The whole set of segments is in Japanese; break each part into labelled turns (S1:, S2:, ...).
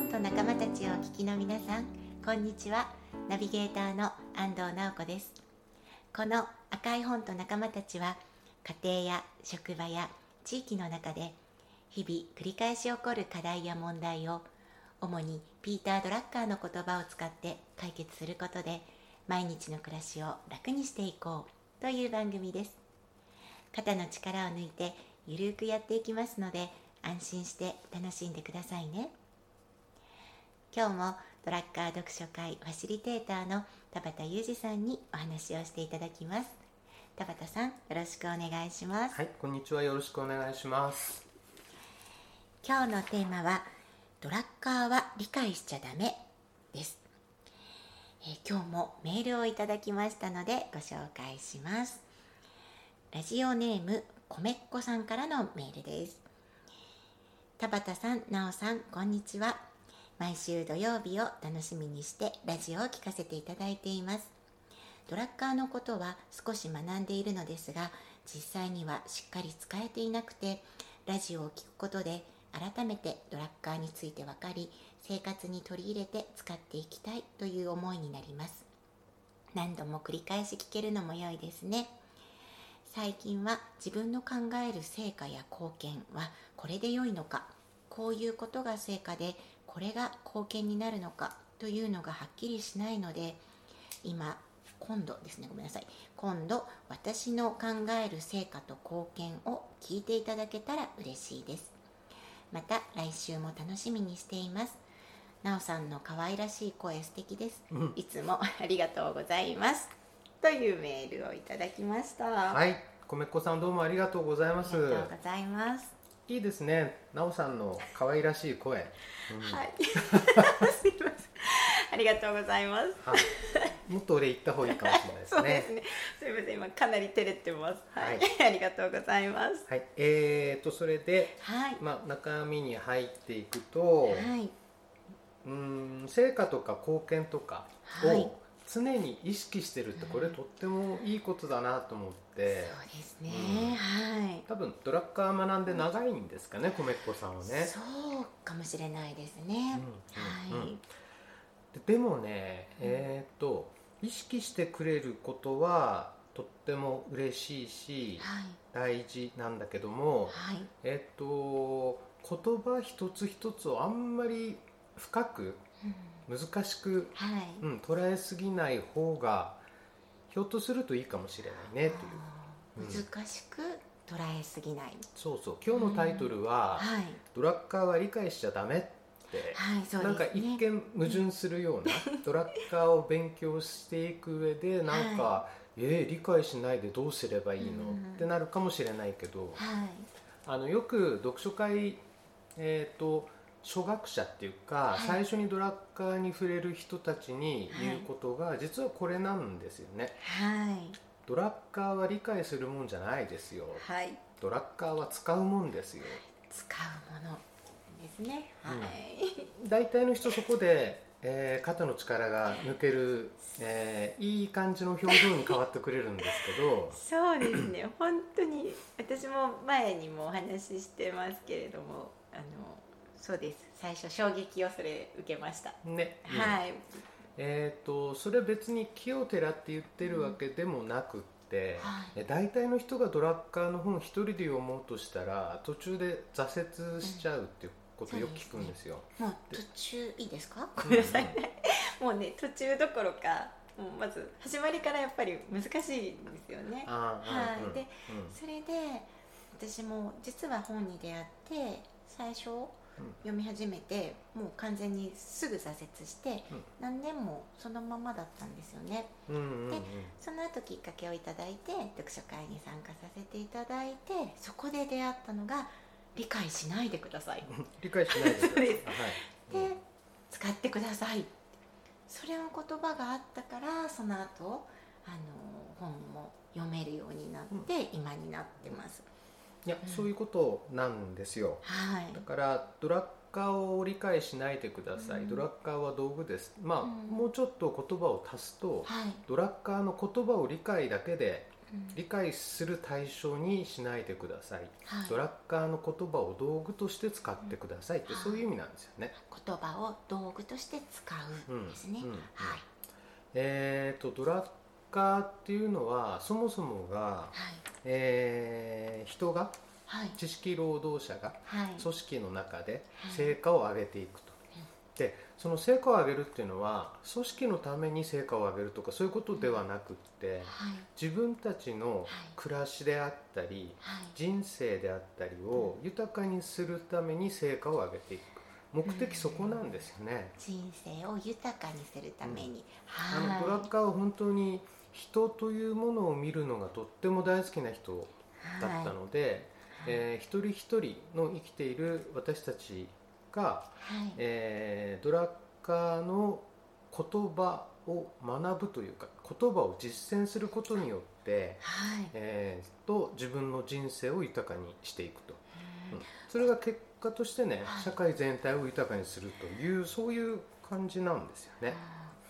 S1: ンと仲間たちをお聞きの皆さんこんにちはナビゲーターの安藤直子ですこの赤い本と仲間たちは家庭や職場や地域の中で日々繰り返し起こる課題や問題を主にピーター・ドラッカーの言葉を使って解決することで毎日の暮らしを楽にしていこうという番組です肩の力を抜いてゆるくやっていきますので安心して楽しんでくださいね今日もドラッカー読書会ファシリテーターの田畑裕二さんにお話をしていただきます田畑さんよろしくお願いします
S2: はい、こんにちは。よろしくお願いします。
S1: 今日のテーマは「ドラッカーは理解しちゃダメ」です、えー今日もメールをいただきましたのでご紹介しますラジオネームこめっこさんからのメールです田畑さん、なおさん、こんにちは毎週土曜日を楽しみにしてラジオを聞かせていただいていますドラッカーのことは少し学んでいるのですが実際にはしっかり使えていなくてラジオを聞くことで改めてドラッカーについて分かり生活に取り入れて使っていきたいという思いになります何度も繰り返し聞けるのも良いですね最近は自分の考える成果や貢献はこれで良いのかこういうことが成果でこれが貢献になるのかというのがはっきりしないので今今度ですねごめんなさい今度私の考える成果と貢献を聞いていただけたら嬉しいですまた来週も楽しみにしていますなおさんの可愛らしい声素敵です、
S2: うん
S1: いつもありがとうございますというメールをいただきました、あ
S2: はい、米子さんどうもありがとうございま
S1: り
S2: す
S1: がと。うございます、
S2: いいですね。なおさんの可愛らしい 声。うん
S1: はいすいませんありがとうございます
S2: はいもっと俺行った方がいいかもしれないです
S1: そう
S2: ね。
S1: ですね。すみません、今かなり照れてます。はい、
S2: は
S1: ありがとうございます。
S2: はい、えーとそれで
S1: はい、
S2: まあ中身に入っていくと、
S1: はい、
S2: うーん成果とか貢献とか
S1: はい
S2: を常に意識してるってこれとってもいいことだなと思っ
S1: そう
S2: て。
S1: ですね。
S2: うん
S1: はい。
S2: 多分ドラッカー学んで長いんですかね、米子さんはね。
S1: そうかもしれないですね。
S2: うんうん
S1: はい
S2: ででもね、えー、と意識してくれることはとっても嬉しいし
S1: はい、
S2: 大事なんだけども、
S1: はい、
S2: えー、と言葉一つ一つをあんまり深く
S1: うん
S2: 難しく、
S1: はい。
S2: うん、捉えすぎない方がひょっとするといいかもしれないねという
S1: あー
S2: うん
S1: 難しく捉えすぎない。
S2: そうそう今日のタイトルは
S1: はい、
S2: 「ドラッカーは理解しちゃダメ」って
S1: はい、そうですね。
S2: なんか一見矛盾するような、 ドラッカーを勉強していく上でなんか、
S1: は
S2: えー理解しないでどうすればいいの、
S1: うん
S2: ってなるかもしれないけど
S1: はい、
S2: あのよく読書会、えー、と初学者っていうか、
S1: はい
S2: 最初にドラッカーに触れる人たちに言うことが、実はこれなんですよね。
S1: はい、
S2: ドラッカーは理解するもんじゃないですよ
S1: はい、
S2: ドラッカーは使うもんですよ
S1: 使うものですね。
S2: うん
S1: はい。
S2: 大体の人そこで、えー肩の力が抜ける、えーいい感じの表情に変わってくれるんです けど
S1: そうです ね本当に私も前にもお話ししてますけれどもあのそうです最初衝撃をそれ受けました、
S2: ね、うん
S1: はい
S2: えー、とそれ別に木をてらって言ってるわけでもなくって、
S1: はい
S2: え大体の人がドラッカーの本一人で読もうとしたら途中で挫折しちゃうっていうことをよく聞く んですよ。
S1: もう途中いいですか
S2: う
S1: ご
S2: ん
S1: めんなさいね、もうね途中どころかもうまず始まりからやっぱり難しいんですよね
S2: あーうん
S1: はいで
S2: うんうん
S1: それで私も実は本に出会って最初読み始めてもう完全にすぐ挫折して、
S2: うん
S1: 何年もそのままだったんですよね
S2: うんうんうん
S1: その後きっかけをいただいて読書会に参加させていただいてそこで出会ったのが「理解しないでください」
S2: 理解しないでください。はいうん
S1: で「使ってください」それの言葉があったからその後あの本も読めるようになって、今になってます。
S2: いや、
S1: うん
S2: そういうことなんですよ。
S1: はい
S2: だからドラッカーを理解しないでくださ
S1: う
S2: い、
S1: ん
S2: ドラッカーは道具ですまあ、
S1: うん
S2: もうちょっと言葉を足すと、
S1: はい、
S2: ドラッカーの言葉を理解だけで理解する対象にしないでください、
S1: はい
S2: ドラッカーの言葉を道具として使ってくださいって、
S1: うん
S2: そういう意味なんですよね。
S1: 言葉を道具として使うんですね、
S2: うんうん
S1: はい
S2: えー、とドラッカーっていうのはそもそもが、えー人が
S1: はい
S2: 知識労働者が
S1: はいはい
S2: 組織の中で
S1: はい
S2: 成果を上げていくと、
S1: うん
S2: でその成果を上げるっていうのは組織のために成果を上げるとかそういうことではなくって
S1: はい
S2: 自分たちの
S1: い
S2: 暮らしであったり
S1: はい
S2: 人生であったりを豊かにするために成果を上げていく目的そこなんですよね、
S1: 人生を豊かにするために、
S2: あ
S1: はい
S2: のドラッカーは本当に人というものを見るのがとっても大好きな人だったので、えー一人一人の生きている私たちが、
S1: はい、はい
S2: えードラッカーの言葉を学ぶというか言葉を実践することによって、
S1: はい
S2: えーと自分の人生を豊かにしていくと、
S1: うん
S2: うんそれが結果としてね
S1: はい
S2: 社会全体を豊かにするというそういう感じなんですよね。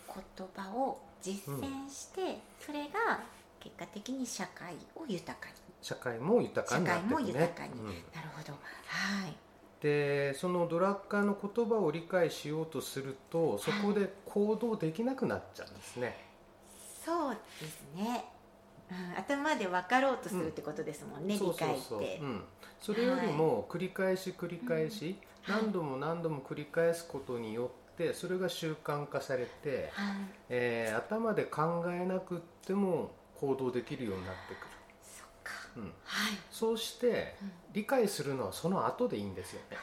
S1: あー言葉を実践して、それが結果的に社会を豊かに
S2: 社会も豊かになっていくね
S1: 社会も豊かに
S2: うん
S1: なるほどはい
S2: でそのドラッカーの言葉を理解しようとするとそこで行動できなくなっちゃうんですね、
S1: そうですね、うん、頭で分かろうとするってことですもんね、
S2: そう
S1: 理
S2: そ
S1: 解
S2: う
S1: って
S2: そう、うん、それよりも繰り返し繰り返し、
S1: うんはい
S2: 何度も何度も繰り返すことによってそれが習慣化されて、
S1: はい
S2: えー頭で考えなくっても行動できるようになって
S1: そっか
S2: くる、うん、
S1: はい、
S2: そうして
S1: うん
S2: 理解するのはその後でいいんですよね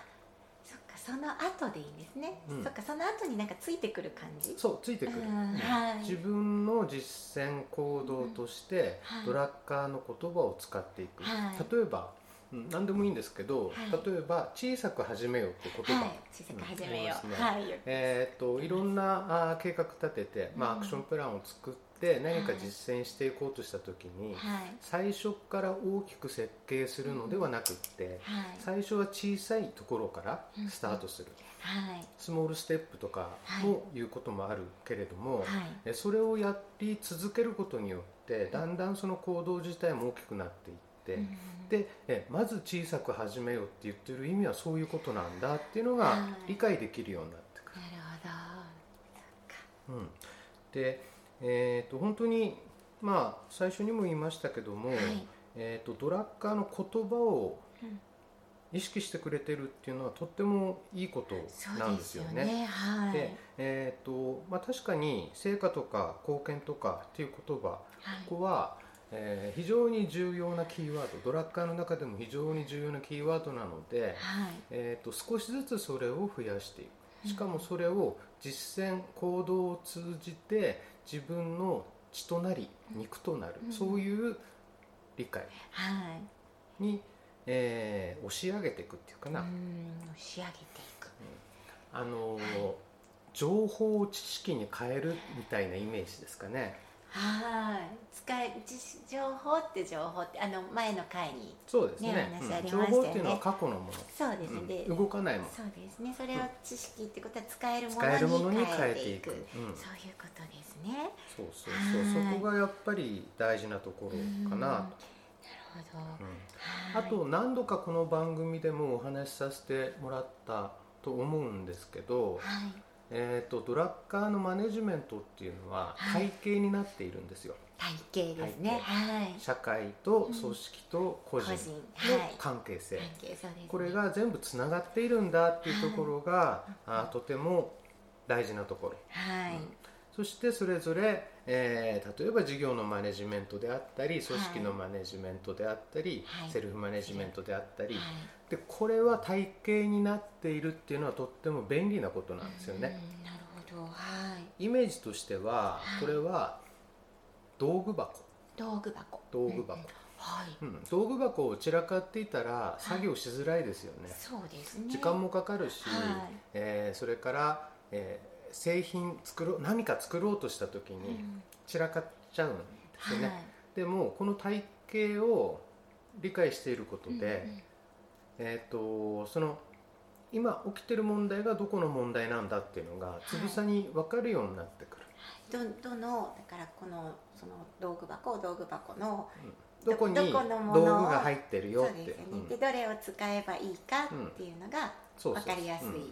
S1: そっかその後でいいんですね、
S2: うん
S1: そっかその後になんかついてくる感じ
S2: そうついてくる、
S1: うんはい
S2: 自分の実践行動として、
S1: はい
S2: ドラッカーの言葉を使っていく、
S1: はい
S2: 例えば、うん、何でもいいんですけど、
S1: はい
S2: 例えば「小さく始めよう」って言葉、
S1: はい小さく始めよう、
S2: うん
S1: はいよ
S2: えー、といろんなあー計画立てて、まあ、
S1: うん
S2: アクションプランを作って何か実践していこうとした時に、
S1: はい
S2: 最初から大きく設計するのではなくって、
S1: はい
S2: 最初は小さいところからスタートする、
S1: はい
S2: スモールステップとかもいうこともあるけれども、
S1: はい
S2: えそれをやり続けることによってだんだんその行動自体も大きくなっていって、
S1: うん
S2: でえまず小さく始めようって言ってる意味はそういうことなんだっていうの
S1: は
S2: が
S1: い
S2: 理解できるようになってく
S1: なるほど
S2: る。うん、で、えー、と本当にまあ最初にも言いましたけども、
S1: そっかはい、
S2: えー、とドラッカーの言葉を
S1: うん
S2: 意識してくれてるっていうのはとってもいいことな
S1: そ
S2: ん
S1: う
S2: で
S1: ですす
S2: よ
S1: よ
S2: ね。
S1: ねはい
S2: で、えーとまあ、確かに成果とか貢献とかっていう言葉
S1: はい
S2: ここは、えー非常に重要なキーワードドラッカーの中でも非常に重要なキーワードなので、
S1: はい
S2: えー、と少しずつそれを増やしていくしかもそれを実践行動を通じて自分の血となり肉となる、
S1: うん
S2: そういう理解
S1: はい
S2: に、えー押し上げていくっていうかな、
S1: うん押し上げていく
S2: あのー情報を知識に変えるみたいなイメージですかね
S1: はい使いじ情報って情報ってあの前の回に
S2: そうですね
S1: ねお話あ
S2: うん
S1: り
S2: 情
S1: ましたよね
S2: 報っていうのは過去のもの
S1: そうですね、で
S2: うん動かないもの
S1: そうですねそれを知識ってことは使えるも
S2: 使えるも
S1: の
S2: のに
S1: に
S2: 変
S1: 変
S2: え
S1: え
S2: て
S1: て
S2: い
S1: い
S2: く、
S1: く、
S2: うん
S1: そういうことですね
S2: そうそうそう
S1: はい
S2: そこがやっぱり大事なところかなと、
S1: うんなる
S2: う
S1: ほ
S2: ん
S1: ど
S2: あと何度かこの番組でもお話しさせてもらったと思うんですけど、
S1: はい
S2: えー、とドラッカーのマネジメントっていうのは
S1: はい
S2: 体系になっているんですよ、
S1: 体型ですねはい
S2: 社会と組織と個
S1: 個
S2: 人
S1: 人
S2: の
S1: はい
S2: 関係性、
S1: 関係そうですね
S2: これが全部つながっているんだっていうところが、あーとても大事なところ
S1: はい、
S2: うんそしてそれぞれ、えー例えば事業のマネジメントであったり組織のマネジメントであったり、
S1: はい
S2: セルフマネジメントであったり、
S1: はい
S2: でこれは体系になっているっていうのはとっても便利なことなんですよね、
S1: うんなるほどはい
S2: イメージとしては
S1: はい
S2: これは道具箱、
S1: 道具箱
S2: 道具箱
S1: うんうんはい
S2: うん、道具箱を散らかっていたら作業しづらいですよね、
S1: そうですね
S2: 時間もかかるし、
S1: はい
S2: えーそれから、えー製品作ろう何か作ろうとした時
S1: う
S2: に
S1: ん
S2: 散らかっちゃうんですよね、
S1: はい
S2: でもこの体系を理解していることで、えー、とその今起きてる問題がどこの問題なんだっていうのが
S1: い
S2: つぶさに分かるようになってくる、
S1: どどのだからこのその道具箱道具箱の
S2: どこに
S1: ど
S2: 道
S1: ど
S2: 具
S1: このものを
S2: が入ってる
S1: そ
S2: よ
S1: う
S2: っ
S1: で
S2: て
S1: すよね、
S2: うん
S1: でどれを使えばいいかっていうのが
S2: そうそう
S1: 分かりやすい、
S2: うん
S1: はい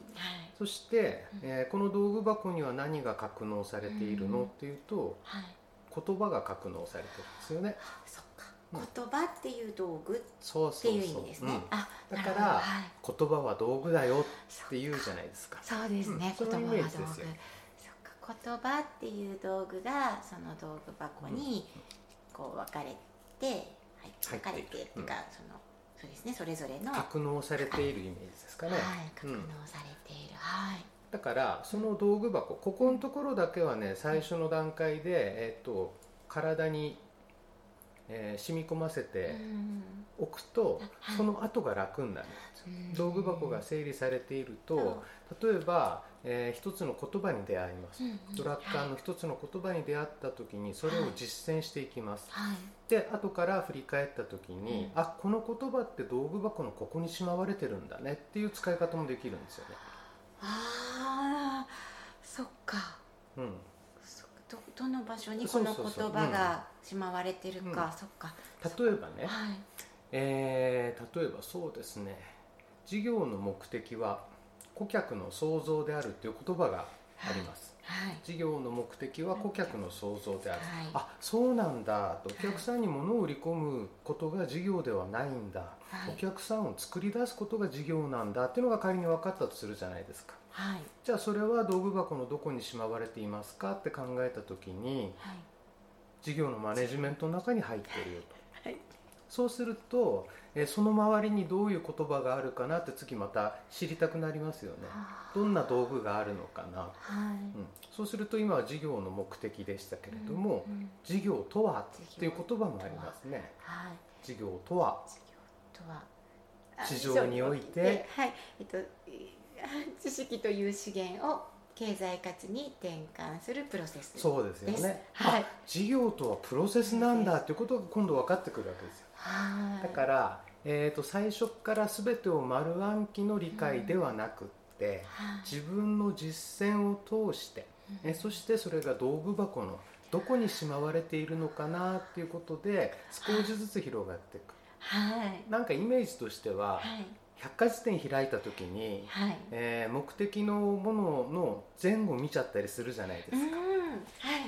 S2: そして
S1: うん、
S2: えーこの道具箱には何が格納されている
S1: う
S2: の
S1: ん
S2: っていうと
S1: はい
S2: 言葉が格納されてるんですよね
S1: あそっか
S2: うん
S1: 言葉っていう道具
S2: そう
S1: っ
S2: そ
S1: て
S2: う
S1: いう意
S2: そう
S1: 味ですね、あ
S2: だか
S1: な
S2: ら
S1: るほどはい、
S2: うん、言葉は道具だよ
S1: そ
S2: っていうじゃないですか
S1: そうですね、
S2: うんその
S1: 言
S2: イ
S1: 葉
S2: メ
S1: は
S2: ー
S1: 道
S2: ジ
S1: 具
S2: ですよ
S1: そっか言葉っていう道具がその道具箱にこう分かれて、はい、分かれてっていうか、そのそうですねそれぞれの、は
S2: 格納されているイメージですか
S1: い
S2: ね、、
S1: 格納されている、はい
S2: だからその道具箱ここのところだけはね最初の段階で、えー、と体に、えー染み込ませて
S1: うん
S2: おくと、
S1: はい
S2: その後が楽になる、
S1: うん
S2: 道具箱が整理されていると、例えば、えー一つの言葉に出会います、
S1: うんうん
S2: ドラッカー
S1: はい
S2: の一つの言葉に出会った時にそれを実践していきます、
S1: はい
S2: で後から振り返った時に、
S1: うん
S2: あこの言葉って道具箱のここにしまわれてるんだねっていう使い方もできるんですよね、
S1: ああそっか
S2: うん、
S1: そっかどどの場所にこの
S2: そうそう
S1: 言
S2: そう
S1: 葉がしまわれてるか
S2: うん
S1: そっか、
S2: 例えばね、
S1: はい
S2: えー例えばそうですね事業の目的は顧客の創造であるという言葉があります
S1: はい
S2: 事業の目的は顧客の創造である、
S1: はい
S2: あそうなんだとお客さんに物を売り込むことが事業ではないんだ、
S1: はい
S2: お客さんを作り出すことが事業なんだっていうのが仮に分かったとするじゃないですか
S1: はい
S2: じゃあそれは道具箱のどこにしまわれていますかって考えた時に
S1: はい
S2: 事業のマネジメントの中に入ってるよと
S1: はい
S2: そうすると、えーその周りにどういう言葉があるかなって次また知りたくなりますよね
S1: あー
S2: どんな道具があるのかな、
S1: はい、
S2: うん、そうすると今は事業の目的でしたけれども、
S1: うんうん
S2: 事業とはっていう言葉もありますね
S1: はい
S2: 事業とは
S1: 事業とはあ
S2: 市場において
S1: はいえっとあ知識という資源を経済価値に転換するプロセス
S2: そうですよね
S1: はい
S2: あ事業とはプロセスなんだっていうことが今度分かってくるわけですよ
S1: はい
S2: だから、えー、と最初から全てを丸暗記の理解ではなくって、
S1: はい
S2: 自分の実践を通してえそしてそれが道具箱のどこにしまわれているのかなっていうことで少しずつ広がっていく
S1: はい
S2: なんかイメージとしては
S1: はい
S2: 百科事典開いた時に、
S1: はい
S2: えー目的のものの前後見ちゃったりするじゃないで
S1: う
S2: す
S1: ん
S2: か、
S1: はい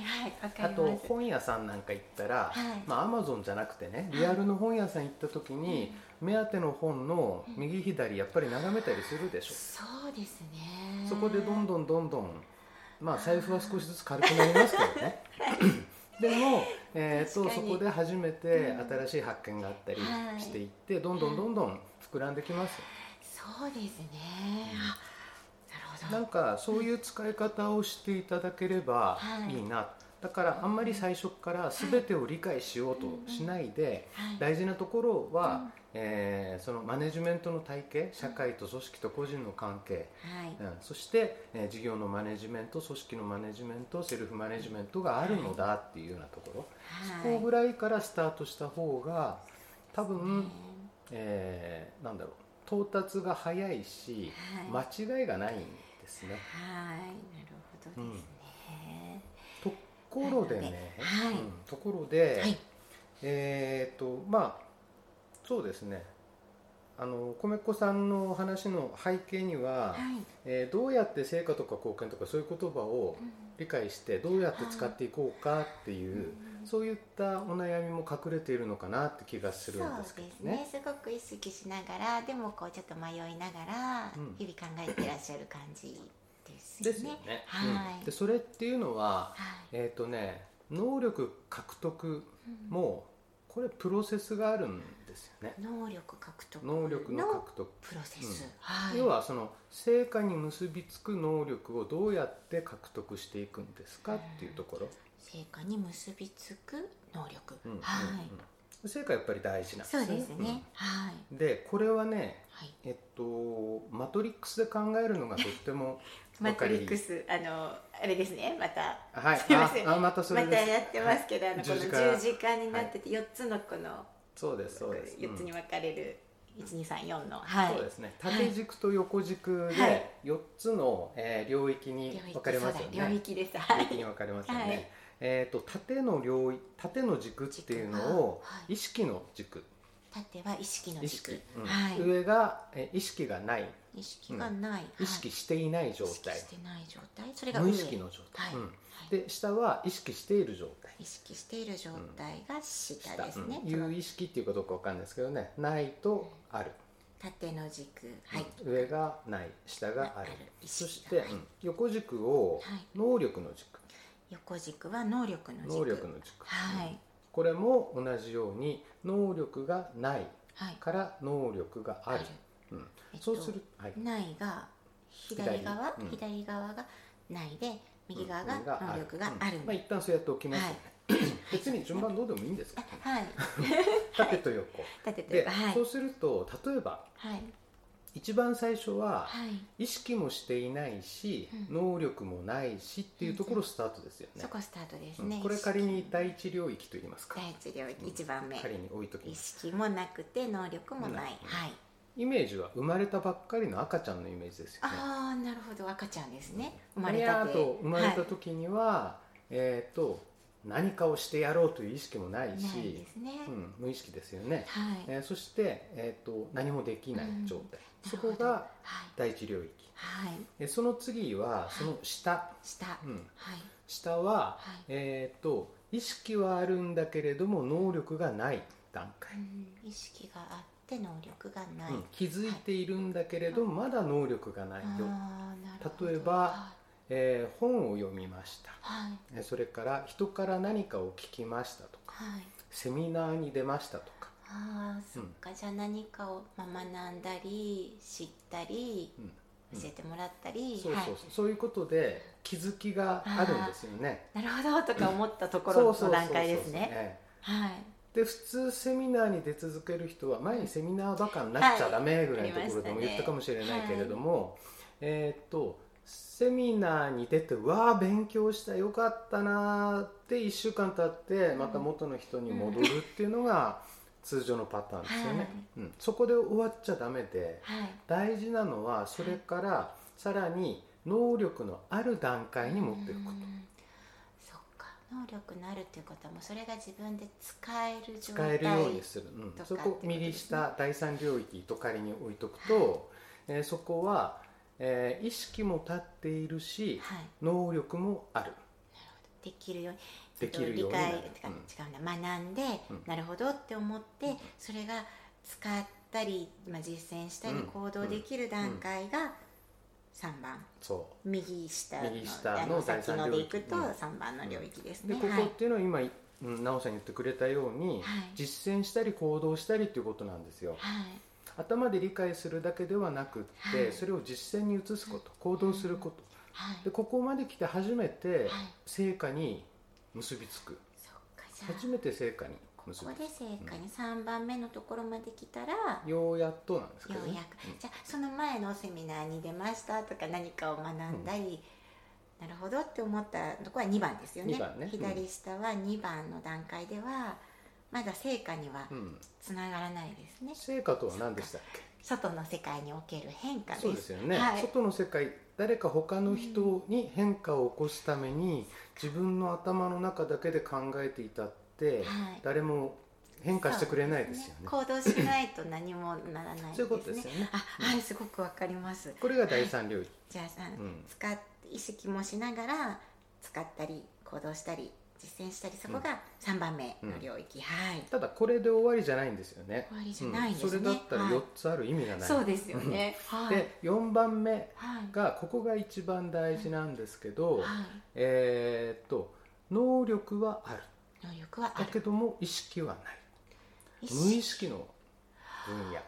S1: はいわか
S2: あ
S1: り
S2: と
S1: ます
S2: 本屋さんなんか行った
S1: は
S2: ら、
S1: い
S2: まあ、アマゾンじゃなくてねリアルの本屋さん行った時に、目当ての本の右左やっぱり眺めたりするでしょ、
S1: そうですね
S2: そこでどん
S1: ん
S2: どんどんどんまあ財布は少しずつ軽くなりますけどねでも、えー、と
S1: 確
S2: そ
S1: かに
S2: こで初めて
S1: うん
S2: 新しい発見があったり
S1: はい
S2: していって、どんどんどんどん膨らんできますよ
S1: そうですねあな
S2: な
S1: る
S2: ん
S1: ほ
S2: かそういう使い方をしていただければ
S1: はい
S2: いいな、だからあんまり最初から全てを理解しようとしないで、
S1: どはい
S2: 大事なところは、
S1: うん
S2: えーそのマネジメントの体系社会と組織と個人の関係、
S1: はい
S2: うん、そして、えー事業のマネジメント組織のマネジメントセルフマネジメントがあるのだっていうようなところ、
S1: はい
S2: ここぐらいからスタートした方が多分、
S1: ね
S2: えーなんだろう到達が早いし、
S1: はい
S2: 間違いがないんですね。
S1: はいなるほどですね、
S2: ところでね、
S1: はい
S2: うんところで、
S1: はい
S2: えー、とまあそうですねあの米子さんのお話の背景には、
S1: はい、
S2: えーどうやって成果とか貢献とかそういう言葉を
S1: うん
S2: 理解してどうやって使っていこうかっていう、
S1: うん
S2: そういったお悩みも隠れているのかなって気がす
S1: そう
S2: るんですけ
S1: です
S2: どね
S1: ねすごく意識しながらでもこうちょっと迷いながら、
S2: うん
S1: 日々考えてらっしゃる感じです
S2: で
S1: よ
S2: すよ
S1: ね。
S2: ね、
S1: はい
S2: うんでそれっていうのは
S1: はい
S2: えっ、とね能力獲得
S1: うん
S2: もこれプロセスがあるんですよね
S1: 能力獲得
S2: 能力の獲得
S1: プロセ
S2: う
S1: ス
S2: ん、
S1: はい、
S2: 要はその成果に結びつく能力をどうやって獲得していくんですかっていうところ、
S1: 成果に結びつく能力、
S2: うんうんうん
S1: はい、
S2: 成果やっぱり大事なんです
S1: そう
S2: ね
S1: ですね、はい
S2: うんでこれはね
S1: はい
S2: えっとマトリックスで考えるのがとっても
S1: マ
S2: わ
S1: ト
S2: か
S1: リ
S2: り
S1: ックスあのあれですねまた
S2: はい
S1: すいません
S2: ああまたそ
S1: ま
S2: れ
S1: た
S2: です、
S1: やってますけど、あのこの
S2: 十字架
S1: 十字架になってて四つのこの
S2: そうですそうです
S1: 4つに分かれる1234の、はい、
S2: そうですね縦軸と横軸
S1: はい
S2: で4つの、えー領域に分かれますよね
S1: 領域です。
S2: 領
S1: はい
S2: 域に分かれますよね、
S1: はい
S2: えー、と縦の領域縦の軸っていうのを
S1: 軸ははい
S2: 意識の軸
S1: 縦は意識の軸
S2: 意識、うん
S1: はい
S2: 上が、えー意識がない
S1: 意識がない、
S2: 意識していない状
S1: はい、意識
S2: 態、
S1: してない状態それが
S2: 無
S1: 上
S2: 意識の状態、
S1: はい
S2: うん
S1: はい
S2: で下は意識している状態
S1: 意識している状態が下
S2: 下
S1: ですね、
S2: うん
S1: その
S2: 有意識っていうかどうかわかんないですけどねないとある、
S1: 縦の軸はい、
S2: うん上がない下があ
S1: あ
S2: る
S1: る意
S2: そ
S1: 識
S2: し
S1: が
S2: て、
S1: はい
S2: うん横軸を
S1: はい
S2: 能力の軸、
S1: 横軸は能力の軸
S2: 能力の軸、
S1: はい、
S2: うんこれも同じように能力がない
S1: はい
S2: から能力がある、うん
S1: えっと
S2: そうする、はい、
S1: ないが左側
S2: 左うん
S1: 左,、側がないで右側
S2: うん
S1: が能力がある
S2: うんまあ一旦そうやっておきますよね、 別に順番どうでもいいんですけどね、
S1: あはい
S2: 縦と横、
S1: 縦といえ
S2: で、
S1: ばはい
S2: そうすると例えば
S1: はい
S2: 一番最初は
S1: はい
S2: 意識もしていないし、
S1: うん
S2: 能力もないしっていうところスタートですよね
S1: そ、こスタートです
S2: うん
S1: ね、
S2: これ仮に第一領域と言いますか
S1: 第一領域
S2: うん
S1: 一番目、
S2: 仮に置いとき
S1: 意
S2: ます
S1: 識もなくて能力もない、
S2: うん
S1: はい
S2: イメージは生まれたばっかりの赤ちゃんのイメージですよね
S1: ああなるほど赤ちゃんですね生
S2: 生
S1: まれたて
S2: と生まれた
S1: は
S2: 時には、えっ、と何かをしてやろうという意識もない
S1: い
S2: し
S1: ないですね、
S2: うん、無意識ですよね、
S1: はい、
S2: えーそして、えー、と何もできない状態、
S1: うん
S2: そこ
S1: なるほ
S2: が
S1: はい
S2: 第一領域
S1: はい
S2: えその次はその下、
S1: 下
S2: う
S1: はい
S2: ん、下は、
S1: はい
S2: えー、と意識はあるんだけれども能力がない段階、
S1: うん意識があって能力がない、
S2: うん、気づいているんだけれどもまだ能力がないよ、
S1: あーなるほど
S2: 例えば
S1: は
S2: えー本を読みました
S1: いはい
S2: えそれから人から何かを聞きましたとか
S1: はい
S2: セミナーに出ましたとか、
S1: あーそっか、じゃあ何かをまあ学んだり知ったり
S2: うん
S1: 教えてもらったり、
S2: そうそう
S1: は
S2: そ、
S1: いう
S2: そういうことで気づきがあるんですよね
S1: なるほどとか思ったとこ
S2: そう
S1: ろ
S2: そうそうそ
S1: の
S2: う
S1: 段階ですね
S2: ええ
S1: はい
S2: で普通セミナーに出続ける人は前にセミナーバカになっちゃダメぐらいのところでも
S1: はい
S2: 言ったかもしれないけれども、えーっとセミナーに出てわあ勉強したよかったなーって1週間経ってまた元の人に戻るっていうのが通常のパターンですよね、
S1: はい
S2: うん、そこで終わっちゃダメで
S1: はい
S2: 大事なのはそれからさらに能力のある段階に持っていくこ
S1: うんそっか能力のあるっていうことはもうそれが自分で使える
S2: と
S1: 状
S2: 使え
S1: 態
S2: るようにする、うん
S1: とかって
S2: そ
S1: こと
S2: こ
S1: ですね
S2: 右下第三領域と仮に置いとくと、えーそこは、えー意識も立っているし
S1: はい
S2: 能力もある
S1: できるように
S2: できるよう
S1: 理
S2: にな
S1: 解
S2: る
S1: てか違うんだ学んで、
S2: うん
S1: なるほどって思って、それが使ったり、まあ、実践したり
S2: うん
S1: 行動できる段階が3番、
S2: そ
S1: 右下の
S2: 右下の
S1: あ
S2: 第
S1: 先
S2: 三
S1: の
S2: 領域
S1: でいくと
S2: うん
S1: 3番の領域です
S2: うで
S1: ね、
S2: こ
S1: はい
S2: こっていうのは今、うん、奈緒さん言ってくれたように、
S1: はい
S2: 実践したり行動したりっていうことなんですよ
S1: はい
S2: 頭で理解するだけではなくって、
S1: はい
S2: それを実践に移すこと行動すること
S1: はい
S2: でここまで来て初めて
S1: はい
S2: 成果に結びつく
S1: そっかじゃあ
S2: 初めて成果に結
S1: こ
S2: び
S1: こ
S2: つ
S1: で正解に3番目のところまで来たら、
S2: くようやっとなんですけ
S1: よ
S2: ど
S1: う
S2: ね
S1: やく、じゃあその前のセミナーに出ましたとか何かを学んだり、なるほどって思ったとこは2番ですよね
S2: 二番ねうん
S1: 左下は2番の段階ではまだ成果には
S2: うんうん
S1: つながらないですね、
S2: 成果とは何でしたっけ
S1: 外の世界における変化です
S2: そうですよね、
S1: はい
S2: 外の世界誰か他の人に変化を起こすために自分の頭の中だけで考えていたっ
S1: は
S2: て
S1: い
S2: 誰も変化してくれないですよね
S1: 行動しないと何もならないですね
S2: そういうことですよね
S1: あはいすごくわかります
S2: これが第三領域、
S1: じゃあさ、
S2: うん
S1: 使っ意識もしながら使ったり行動したり実践したりそこが3番目の領域、はい
S2: ただこれで終わりじゃないんですよね
S1: 終わりじゃないですね
S2: うんそれだったら
S1: はい
S2: 4つある意味がない、
S1: そうですよね。はい。
S2: で4番目
S1: はい。
S2: がここが一番大事なんですけど、
S1: はい。
S2: えーっと能力はある
S1: 能力はあ
S2: だ
S1: る。
S2: けども意識はない
S1: 意
S2: 無意
S1: 識。
S2: 識の分野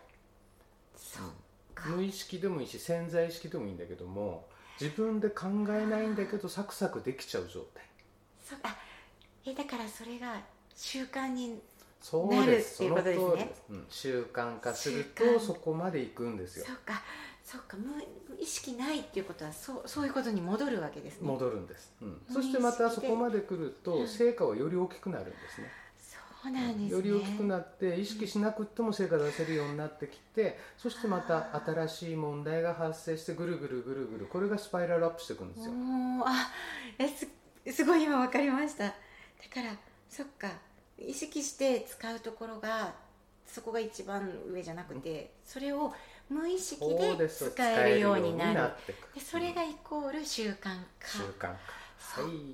S1: そうか。
S2: 無意識でもいいし潜在意識でもいいんだけども自分で考えないんだけどサクサクできちゃう状態
S1: そうあえだからそれが習慣に
S2: そうです
S1: なるっていうことですね
S2: その通りです、うん、習慣化する
S1: 習慣
S2: とそこまでいくんです
S1: そう
S2: よ
S1: かそうか無意識ないっていうことはそうそういうことに戻るわけですね。
S2: 戻るんです、うん、
S1: 無
S2: そ
S1: 意識
S2: し
S1: で
S2: てまたそこまで来る
S1: う
S2: と
S1: ん
S2: 成果はより大きくなるんですね
S1: そそうなんですね
S2: より大きくなって意識しなくっても成果出せるようになってきてそしてまた新しい問題が発生してぐるぐるぐるぐるこれがスパイラルアップしていくんですよ。
S1: おーあえすすごい今分かりましただからそっか意識して使うところがそこが一番上じゃなくてそれを無意識
S2: そう
S1: で
S2: です
S1: 使えるようになる
S2: っていく
S1: でそれがイコール習慣化
S2: 習慣化。
S1: そっか
S2: はい
S1: 分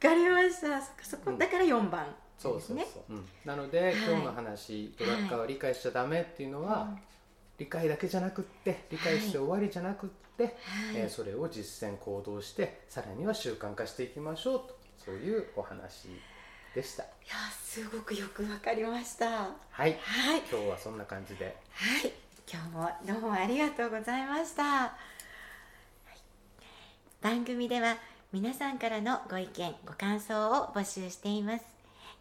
S1: かりましたそっかそこ
S2: うん
S1: だから4番
S2: そう
S1: で
S2: そ
S1: す
S2: うそう、
S1: ね
S2: うんなので、
S1: はい
S2: 今日の話ドラッカーは理解しちゃダメっていうのは、理解だけじゃなくって理解して終わりじゃなくって、
S1: はい
S2: えーそれを実践行動してさらには習慣化していきましょうとそういうお話でした
S1: いやすごくよく分かりましたは
S2: はい
S1: い
S2: 今日はそんな感じで
S1: はい、今日もどうもありがとうございました。はい番組では皆さんからのご意見、ご感想を募集しています。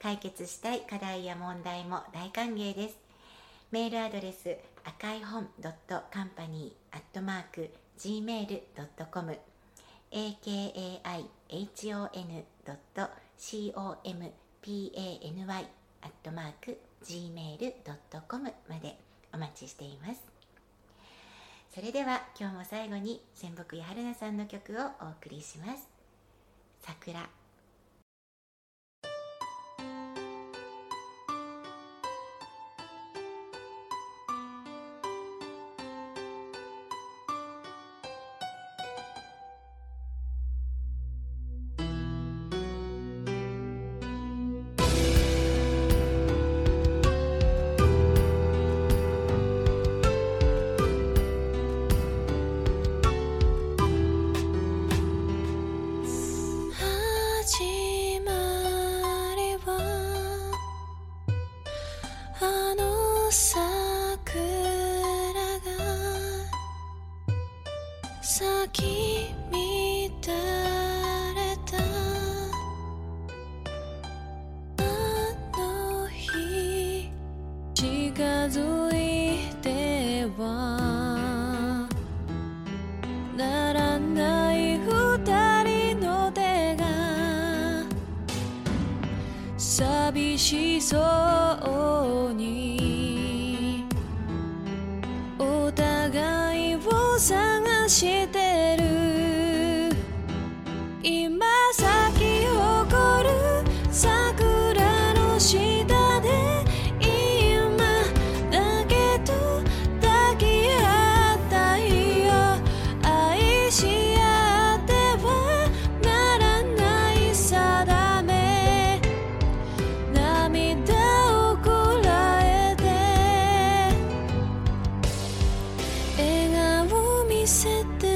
S1: 解決したい課題や問題も大歓迎です。メールアドレス赤い本ドットカンパニーアットマーク gmail ドットコム a k a i h o n ドット c o m p a n y アットマーク gmail ドットコムまで。お待ちしていますそれでは今日も最後に仙北井春菜さんの曲をお送りします桜
S3: 始まりはあの桜が咲き乱れたあの日近づいてはならない二人の手が寂しそうにお互いを探してる今咲き誇る桜の下で今だけと抱き合ったいよ愛し合ってはならない定め涙をこらえて笑顔見せて